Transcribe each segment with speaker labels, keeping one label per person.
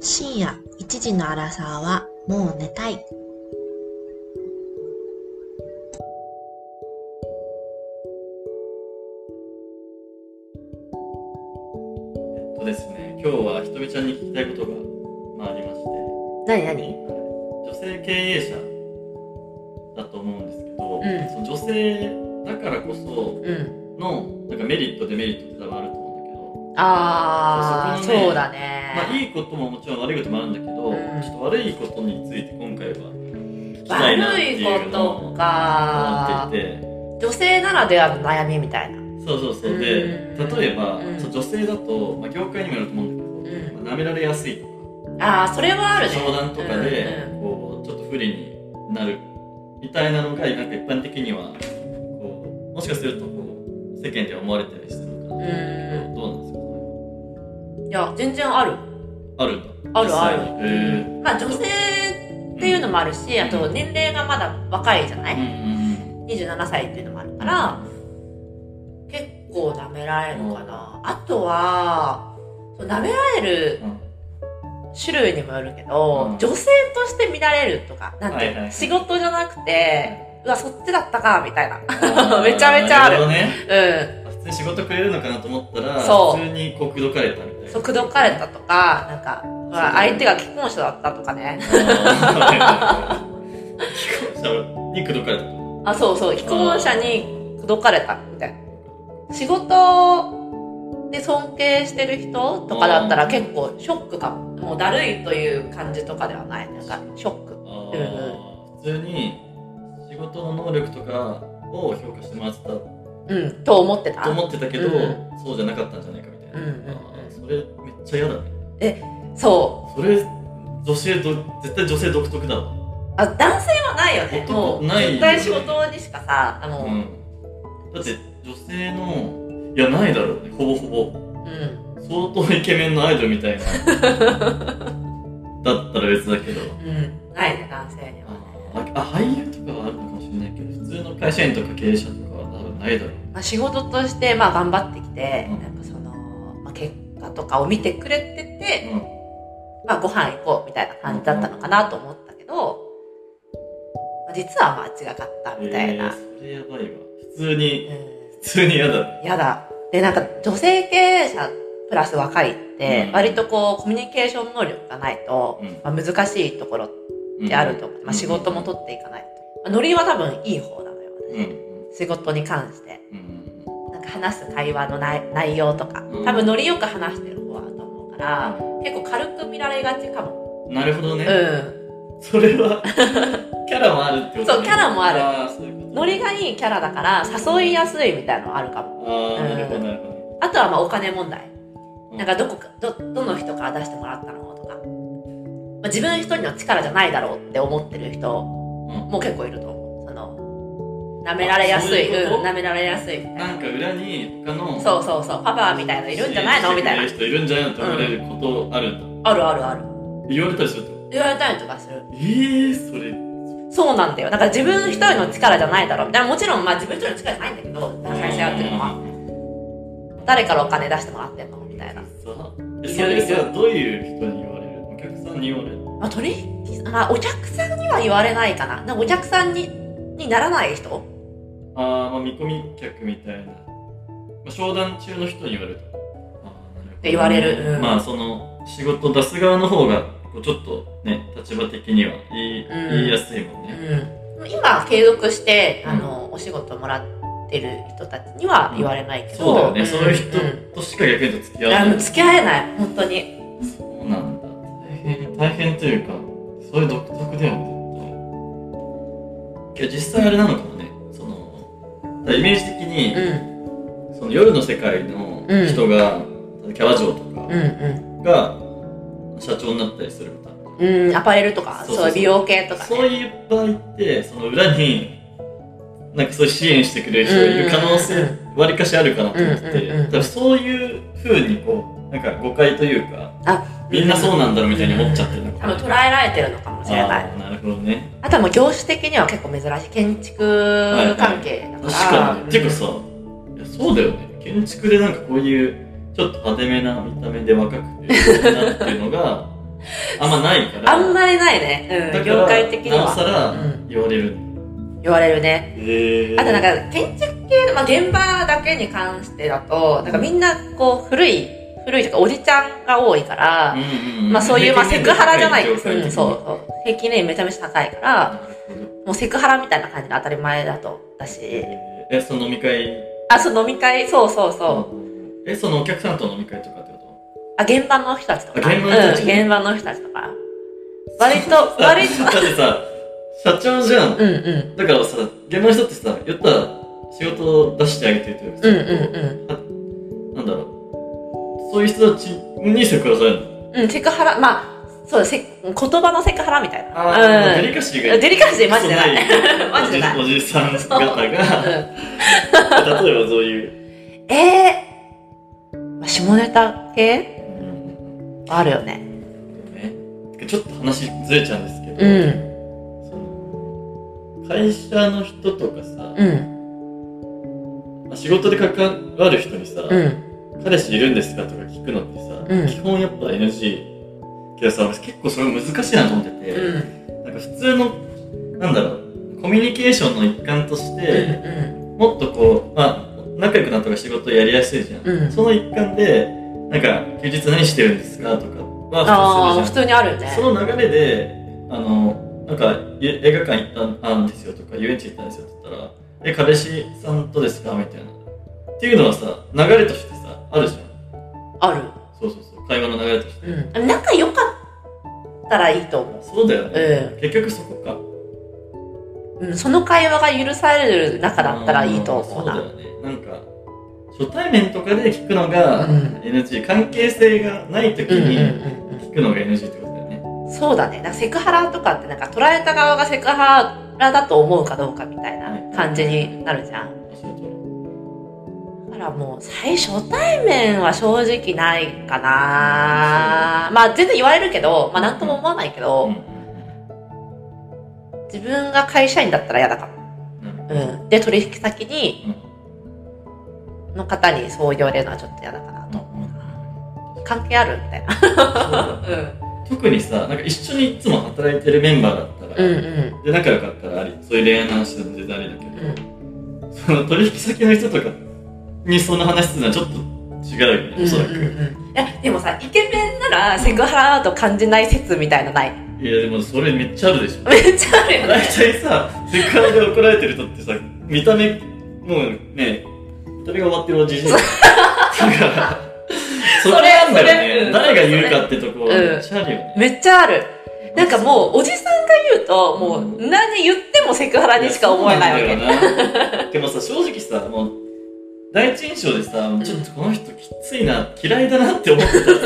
Speaker 1: 深夜1時のアラサーはもう寝たい。
Speaker 2: えっとですね、今日はひとみちゃんに聞きたいことが、まあ、ありまして、
Speaker 3: 何何
Speaker 2: 女性経営者だと思うんですけど、
Speaker 3: うん
Speaker 2: その女性だからこそ
Speaker 3: うん。
Speaker 2: のなんかメリット、デメリットって多分あると思うんだけど、
Speaker 3: ああ、
Speaker 2: そうそこにね
Speaker 3: そうだ
Speaker 2: まあ、
Speaker 3: ね。
Speaker 2: いいことももちろん悪いこともあるんだけど、
Speaker 3: うん
Speaker 2: ちょっと悪いことについて今回は聞きたいなって
Speaker 3: 悪い
Speaker 2: いう
Speaker 3: こ
Speaker 2: のを
Speaker 3: と
Speaker 2: 思
Speaker 3: か
Speaker 2: っ。ていて、
Speaker 3: 女性ならではの悩みみたいな。
Speaker 2: そうそうそう、で、
Speaker 3: うん
Speaker 2: 例えば、
Speaker 3: うん
Speaker 2: そう女性だと、まあ、業界にもよると思うんだけど、
Speaker 3: う
Speaker 2: まあ、舐められやすいとか。
Speaker 3: ああ、それはあるね。
Speaker 2: 商談とかで
Speaker 3: うんうん
Speaker 2: こうちょっと不利になるみたいなのがなんか一般的にはこうもしかするとこう世間では思われたりするのかな
Speaker 3: う
Speaker 2: どうなんですか
Speaker 3: いや、全然ある。
Speaker 2: あるんだ
Speaker 3: あるある
Speaker 2: 実際にへー
Speaker 3: まあ、女性っていうのもあるし、あと年齢がまだ若いじゃな
Speaker 2: うんう
Speaker 3: い
Speaker 2: ん
Speaker 3: ?27 歳っていうのもあるから、結構舐められるのかな。あとは、そう舐められる
Speaker 2: うん
Speaker 3: 種類にもよるけど、
Speaker 2: うん
Speaker 3: 女性として見られるとか、なんてい
Speaker 2: は
Speaker 3: うの、
Speaker 2: いはいはい
Speaker 3: 仕事じゃなくて、うわ、そっちだったか、みたいな。 う
Speaker 2: あー
Speaker 3: めちゃめちゃある
Speaker 2: なほどね
Speaker 3: ん。
Speaker 2: 普通に仕事くれるのかなと思ったら
Speaker 3: そう
Speaker 2: 普通にこう口説かれたみたいな
Speaker 3: そう、口説かれたとか、なんか、うわ
Speaker 2: そう
Speaker 3: 相手が既婚者だったとかね。
Speaker 2: あ ー既婚者に口説かれたと
Speaker 3: あ、そうそう、既婚者に口説かれた、みたいな。仕事で尊敬してる人とかだった
Speaker 2: う
Speaker 3: ら
Speaker 2: ん
Speaker 3: 結構ショックかも。もうだるいという感じとかではない。なんか、ショック。
Speaker 2: あ
Speaker 3: うん
Speaker 2: ー普通に仕事の能力とかを評価してもらってたと
Speaker 3: うん、と思ってた。
Speaker 2: 思ってたけど、
Speaker 3: うんう
Speaker 2: そうじゃなかったんじゃないかみたいな、
Speaker 3: うんうんうん
Speaker 2: あーそれめっちゃ嫌だね
Speaker 3: そ
Speaker 2: それ女性ど絶対女性独特だわ
Speaker 3: う。あ、男性はないよね。
Speaker 2: 男
Speaker 3: もう、
Speaker 2: ないよね
Speaker 3: 絶対仕事にしかさ、あの、
Speaker 2: うん、だって女性のいやないだろうねほぼほぼ
Speaker 3: うん。
Speaker 2: 相当イケメンのアイドルみ たいなだったら別だけど
Speaker 3: うん、ないね男性にはね、
Speaker 2: あーあ俳優とかはあるのかもしれないけど普通の会社員とか経営者とかは多分ないだろう
Speaker 3: まあ、仕事としてまあ頑張ってきて、
Speaker 2: うん
Speaker 3: なんかその、まあ、結果とかを見てくれてて、
Speaker 2: うん
Speaker 3: まあ、ご飯行こうみたいな感じだったのかなと思ったけど、まあ、実はまあ違かったみたい
Speaker 2: え
Speaker 3: な、
Speaker 2: ーそれやばいわ普通に普通に嫌だね
Speaker 3: うん、やだでなんか女性経営者プラス若いって、
Speaker 2: うん
Speaker 3: 割とこうコミュニケーション能力がないと、
Speaker 2: うん
Speaker 3: まあ、難しいところってあると思う、まあ、仕事も取っていかないと、まあ、ノリは多分いい方なのよ、
Speaker 2: うんう
Speaker 3: ね
Speaker 2: ん
Speaker 3: 仕事に関して
Speaker 2: うん
Speaker 3: なんか話す会話の内内容とか、
Speaker 2: うん
Speaker 3: 多分ノリよく話してる方だと思うから、結構軽く見られがちかも。
Speaker 2: なるほど
Speaker 3: う
Speaker 2: ね、
Speaker 3: ん。
Speaker 2: それは キャラもあるってことね
Speaker 3: そうキャラもある
Speaker 2: あーそういうこと
Speaker 3: ノリがいいキャラだから誘いやすいみたいなのはあるかも。
Speaker 2: あーなるほどなるほ
Speaker 3: あとはまあお金問題。
Speaker 2: ど
Speaker 3: なんかどこか、ど、どの人から出してもらったのとか。まあ、自分一人の力じゃないだろうって思ってる人も結構いると思う。その、舐められやす
Speaker 2: あ
Speaker 3: い。
Speaker 2: そういう
Speaker 3: う
Speaker 2: こと
Speaker 3: ん、舐められやすいみたいな。
Speaker 2: なんか裏に他の
Speaker 3: そうそうそう。パパみたいないるんじゃないのみたいな。
Speaker 2: 人いるんじゃないのって思われることあるんだ、
Speaker 3: あるあるある。
Speaker 2: 言われたりするってこと
Speaker 3: 言われたりとかする。
Speaker 2: えー、それ
Speaker 3: そうなんだよ。だから自分一人の力じゃないだろう。でももちろん、まあ自分一人の力じゃないんだけど、会社やってるのは。誰からお金出してもらってんのみたいな。
Speaker 2: さえ
Speaker 3: い
Speaker 2: そ
Speaker 3: ろいろ
Speaker 2: れさどういう人に言われるお客さんに言われる
Speaker 3: まあ取引、まあお客さんには言われないかな。なんかお客さんに、にならない人
Speaker 2: あー、まあ、見込み客みたいな、まあ、商談中の人に言われるとあーなるほど
Speaker 3: って言われるうん
Speaker 2: まあその仕事出す側の方がこうちょっとね立場的には言い,、
Speaker 3: うん
Speaker 2: 言いやすいもん
Speaker 3: う
Speaker 2: ね、
Speaker 3: ん。今継続して、
Speaker 2: うん
Speaker 3: あの、お仕事もらってる人たちには言われないけど。
Speaker 2: そうだよね、そうい
Speaker 3: んん
Speaker 2: う人としか逆に言うと付き合
Speaker 3: い
Speaker 2: わ
Speaker 3: や
Speaker 2: な
Speaker 3: も
Speaker 2: いう
Speaker 3: 付き合えない。本当に。
Speaker 2: そうなんだ大変大変というかそれ独特だよね絶対いや実際あれなのかもねそのだからイメージ的に、
Speaker 3: うん。
Speaker 2: その夜の世界の人が、キャバ嬢とか、
Speaker 3: うんう
Speaker 2: が社長になったりするみたいな、
Speaker 3: ん。うん、アパレルとか、
Speaker 2: そ
Speaker 3: そうう
Speaker 2: そうそう
Speaker 3: 美容系とか、ね。
Speaker 2: そういう場合ってその裏になんかそういう支援してくれる人がいる可能
Speaker 3: うん
Speaker 2: 性わりかしあるかなと思ってて、
Speaker 3: うんうんうん
Speaker 2: 多分そういうふうにこうなんか誤解というか
Speaker 3: あ
Speaker 2: みんなそうなんだろうみたいに思っちゃってるのか
Speaker 3: 多
Speaker 2: な、
Speaker 3: 分捉えられてるのかもしれない。
Speaker 2: あーなるほどね
Speaker 3: あとはもう業種的には結構珍しい建築関係だから、
Speaker 2: 確かにね、
Speaker 3: うん
Speaker 2: てかさいやそうだよね建 築でなんかこういうちょっと派手めな見た目で若くてなっていうのがあんまないから。
Speaker 3: あんまりないね。う
Speaker 2: だ
Speaker 3: ん、
Speaker 2: から
Speaker 3: 業界的に
Speaker 2: なおさ
Speaker 3: は。
Speaker 2: ら
Speaker 3: うん
Speaker 2: 言われる。
Speaker 3: 言われるね。
Speaker 2: へ
Speaker 3: あとなん、か建築系の、まあ、現場だけに関してだとなんかみんなこう古い古いというかおじちゃんが多いから、
Speaker 2: うんうん
Speaker 3: まあ、そう いう、まあ、セクハラじゃない
Speaker 2: で
Speaker 3: ですす、うん、そうそう平均年齢めちゃめちゃ高いからもうセクハラみたいな感じの当たり前だとだし
Speaker 2: え、その飲み会
Speaker 3: あそう飲み会そうそうそう
Speaker 2: え、そのお客さんと飲み会とかってこ
Speaker 3: あ現場の人たちとか
Speaker 2: あ現場の人たち
Speaker 3: うん、現場の人たちとか割と割
Speaker 2: と
Speaker 3: と
Speaker 2: だってさ、社長じゃん。
Speaker 3: うんうん
Speaker 2: だからさ、現場の人ってさ、言ったら仕事を出してあげてるというか
Speaker 3: う
Speaker 2: さ
Speaker 3: んうん
Speaker 2: なんだろう。そういう人たちにセクハラされるの。
Speaker 3: うんうんセクハラまあそうセ言葉のセクハラみたいな
Speaker 2: あ
Speaker 3: う
Speaker 2: ー
Speaker 3: ん
Speaker 2: デリカシーが
Speaker 3: デリカシーマジでない
Speaker 2: い
Speaker 3: マジでない
Speaker 2: おじおじさん方が、 例え
Speaker 3: うん
Speaker 2: ばそう いう。
Speaker 3: えー、まあ下ネタ系あるよね。
Speaker 2: ねちょっと話ずれちゃうんですけど、
Speaker 3: うん、
Speaker 2: その会社の人とかさ、
Speaker 3: うん、
Speaker 2: まあ仕事で関わる人にさ、
Speaker 3: うん。
Speaker 2: 彼氏いるんですかとか聞くのってさ、
Speaker 3: うん
Speaker 2: 基本やっぱ NG けどさ俺結構それ難しいなと思ってて、
Speaker 3: うん、
Speaker 2: なんか普通のなんだろうコミュニケーションの一環とし
Speaker 3: う
Speaker 2: て、
Speaker 3: ん、
Speaker 2: もっとこうまあ仲良くなったら仕事やりやすいじゃん、
Speaker 3: うん
Speaker 2: その一環でなんか休日何してるんですかとか
Speaker 3: あ
Speaker 2: は
Speaker 3: あ、
Speaker 2: 普通
Speaker 3: 普
Speaker 2: する
Speaker 3: 通にあるよ
Speaker 2: じ
Speaker 3: ね
Speaker 2: ゃん。その流れであのなんかゆ映画館行ったんですよとか遊園地行ったんですよって言ったら「え彼氏さんとですか?」みたいなっていうのはさ流れとしてさあるじゃん
Speaker 3: ある。
Speaker 2: そうそうそう会話の流れとして、
Speaker 3: うん、仲良かったらいいと思
Speaker 2: そうだよ
Speaker 3: う。
Speaker 2: ね、
Speaker 3: う
Speaker 2: 結局そこか
Speaker 3: ん、うん、その会話が許される仲だったらいいと思う
Speaker 2: そ
Speaker 3: な。
Speaker 2: うだよねなんか初対面とかで聞くのが
Speaker 3: うん
Speaker 2: NG、関係性がない時
Speaker 3: うん、うん、
Speaker 2: に
Speaker 3: うん
Speaker 2: 聞くのが NG ってことだよね、
Speaker 3: うん。そうだね。なんかセクハラとかって、なんか捉えた側がセクハラだと思うかどうかみたいな感じになるじゃん。
Speaker 2: あそうそう
Speaker 3: だからもう最初対面は正直ないかなまあ全然言われるけど、まあなんとも思わないけ
Speaker 2: う
Speaker 3: ど、
Speaker 2: ん
Speaker 3: 自分が会社員だったら嫌だか
Speaker 2: なるほ
Speaker 3: も。うん。で、取引先に、の方にそう言われるのはちょっと嫌だかなと
Speaker 2: ど
Speaker 3: 思うな。関係あるみたいな。
Speaker 2: そうだ
Speaker 3: うん。
Speaker 2: 特にさなんか一緒にいつも働いてるメンバーだった
Speaker 3: う
Speaker 2: ら、
Speaker 3: んうん。
Speaker 2: で仲良かったらありそういう恋愛の話なんて全然ありだけど、その取引先の人とかにその話するのはちょっと違うよね、
Speaker 3: うん。
Speaker 2: おそらく、
Speaker 3: うんうんえ、でもさ、イケメンならセクハラだと感じない説みたいのない。
Speaker 2: いやでもそれめっちゃあるでしょ
Speaker 3: めっちゃあるよ
Speaker 2: 大
Speaker 3: ね。
Speaker 2: 体さ、セクハラで怒られてる人ってさ、見た目、もうね、見た目が終わってるおじじい。だから、そ
Speaker 3: そ
Speaker 2: れ
Speaker 3: れ
Speaker 2: なんだ
Speaker 3: そ
Speaker 2: よ
Speaker 3: れう
Speaker 2: ね。
Speaker 3: ん
Speaker 2: 誰が言うかってとこ、
Speaker 3: うん
Speaker 2: めっちゃあるよね。
Speaker 3: めっちゃある。なんかもう、おじさんが言うと、もう何言ってもセクハラにしか思えないわけ。
Speaker 2: けでもさ、正直さ、もう、第一印象でさ、ちょっとこの人きついな、嫌いだなって思ってたらさ、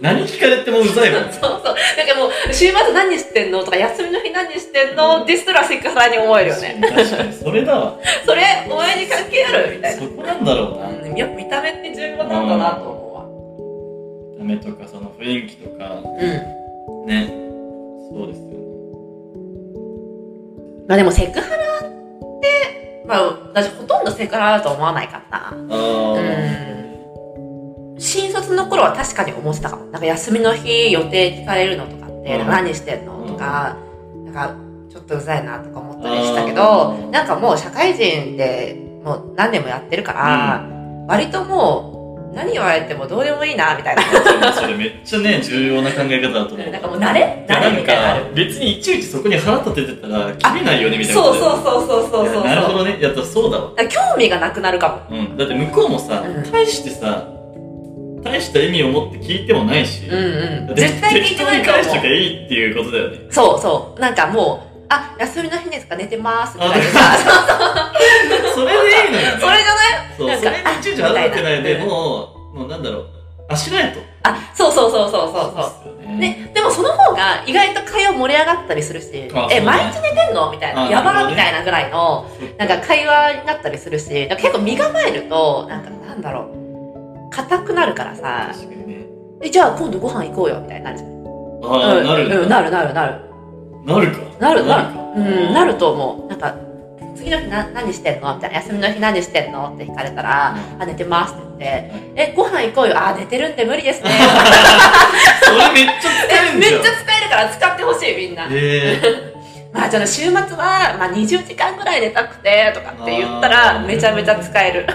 Speaker 2: 何聞かれてもうざいもん。
Speaker 3: そうそう。なんかもう、週末何してんのとか、休みの日何してんのですらセクハラに思えるよね。
Speaker 2: 確かに、それだ わ。
Speaker 3: それ、お前に関係あるみたいな。
Speaker 2: そこなんだろうな。
Speaker 3: うん、やっぱ見た目って重要なんだなと思うわ。
Speaker 2: ダメとか、その雰囲気とか、
Speaker 3: うん。
Speaker 2: ね。そうですよね。
Speaker 3: まあでもセクハラって、まあ、私ほとんどセクハラだと思わないかな。
Speaker 2: あ
Speaker 3: 新卒の頃は確かに思ってたかも。なんか休みの日予定聞かれるのとかって、
Speaker 2: うん
Speaker 3: 何してんのとか、なんかちょっとうざいなとか思ったりしたけど
Speaker 2: う、ん
Speaker 3: なんかもう社会人でもう何年もやってるから、割ともう何言われてもどうでもいいなみたいな。
Speaker 2: あ、それめっちゃね、重要な考え方だと思う。
Speaker 3: なんかもう慣れ
Speaker 2: じゃあ
Speaker 3: 慣れ
Speaker 2: な
Speaker 3: み
Speaker 2: ん
Speaker 3: たいなのあ
Speaker 2: か
Speaker 3: る。、
Speaker 2: 別にいちいちそこに腹立ててたら、切れないよね、みたいなこ
Speaker 3: そう
Speaker 2: と。
Speaker 3: そうそうそうそうそうそ
Speaker 2: い
Speaker 3: う。
Speaker 2: やなるほどね。いやっそうだわ。
Speaker 3: だから興味がなくなるかも。
Speaker 2: うん。だって向こうもさ
Speaker 3: うん、
Speaker 2: 大してさ、大した意味を持って聞いてもないし、
Speaker 3: うん
Speaker 2: だ
Speaker 3: う
Speaker 2: っ
Speaker 3: ん。
Speaker 2: て
Speaker 3: 絶対聞いてない
Speaker 2: 適
Speaker 3: と
Speaker 2: 当に返しと
Speaker 3: 思
Speaker 2: きゃ
Speaker 3: う。
Speaker 2: いいっていうことだよね。
Speaker 3: そうそう。なんかもう、あ、休みの日ですか寝てますみたい な
Speaker 2: あ
Speaker 3: さ。
Speaker 2: それでいいのよね。
Speaker 3: それじゃない
Speaker 2: そう、
Speaker 3: なん
Speaker 2: そ
Speaker 3: か
Speaker 2: れにいちいち腹立てないで、
Speaker 3: あみたいなうん
Speaker 2: もう、もうなんだろう、あしないと。
Speaker 3: あ、そうそうそうそうそうそう。
Speaker 2: うですよね。
Speaker 3: ね、でもその方が意外と会話盛り上がったりするし、
Speaker 2: あ
Speaker 3: え、
Speaker 2: そう
Speaker 3: 毎日寝てんのみたい
Speaker 2: あ
Speaker 3: な、
Speaker 2: な
Speaker 3: や
Speaker 2: るほ
Speaker 3: ば
Speaker 2: どね
Speaker 3: みたいなぐらいの、なんか会話になったりするし、なんか結構身構えると、なんかなんだろう、硬くなるからさ、
Speaker 2: 確かにね。
Speaker 3: え、じゃあ今度ご飯行こうよみたいになるじゃん。
Speaker 2: あ
Speaker 3: う
Speaker 2: あ、
Speaker 3: ん、
Speaker 2: なるんだ
Speaker 3: うん、なるなるなる。
Speaker 2: なるか。
Speaker 3: なるなる
Speaker 2: か。
Speaker 3: うん、なると思う。なんか、次の日な何してんのみたいな、休みの日何してんのって聞かれたら、あ、寝てま すって言って、え、ご飯行こうよ。あ、寝てるんで無理ですね。
Speaker 2: それめっちゃ疲れるえん
Speaker 3: め
Speaker 2: じゃ
Speaker 3: っ
Speaker 2: ん
Speaker 3: ちゃ使えるから使ってほしいみんな、
Speaker 2: ええ
Speaker 3: まあじゃあ週末は、まあ、20時間ぐらい寝たくてとかって言った
Speaker 2: あ
Speaker 3: ら
Speaker 2: ー
Speaker 3: めちゃめちゃ使える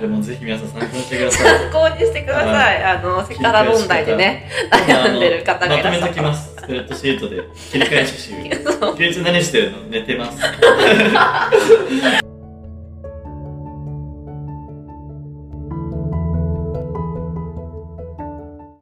Speaker 2: でもぜひ皆さん参考にしてくだ さい
Speaker 3: 参考にしてくださいあのセクハラ問題でね悩んでる方がいらっし
Speaker 2: まとめ
Speaker 3: ゃった
Speaker 2: とき
Speaker 3: ら
Speaker 2: ますスプレッドシー トで切り替え写真休日何してるの寝てます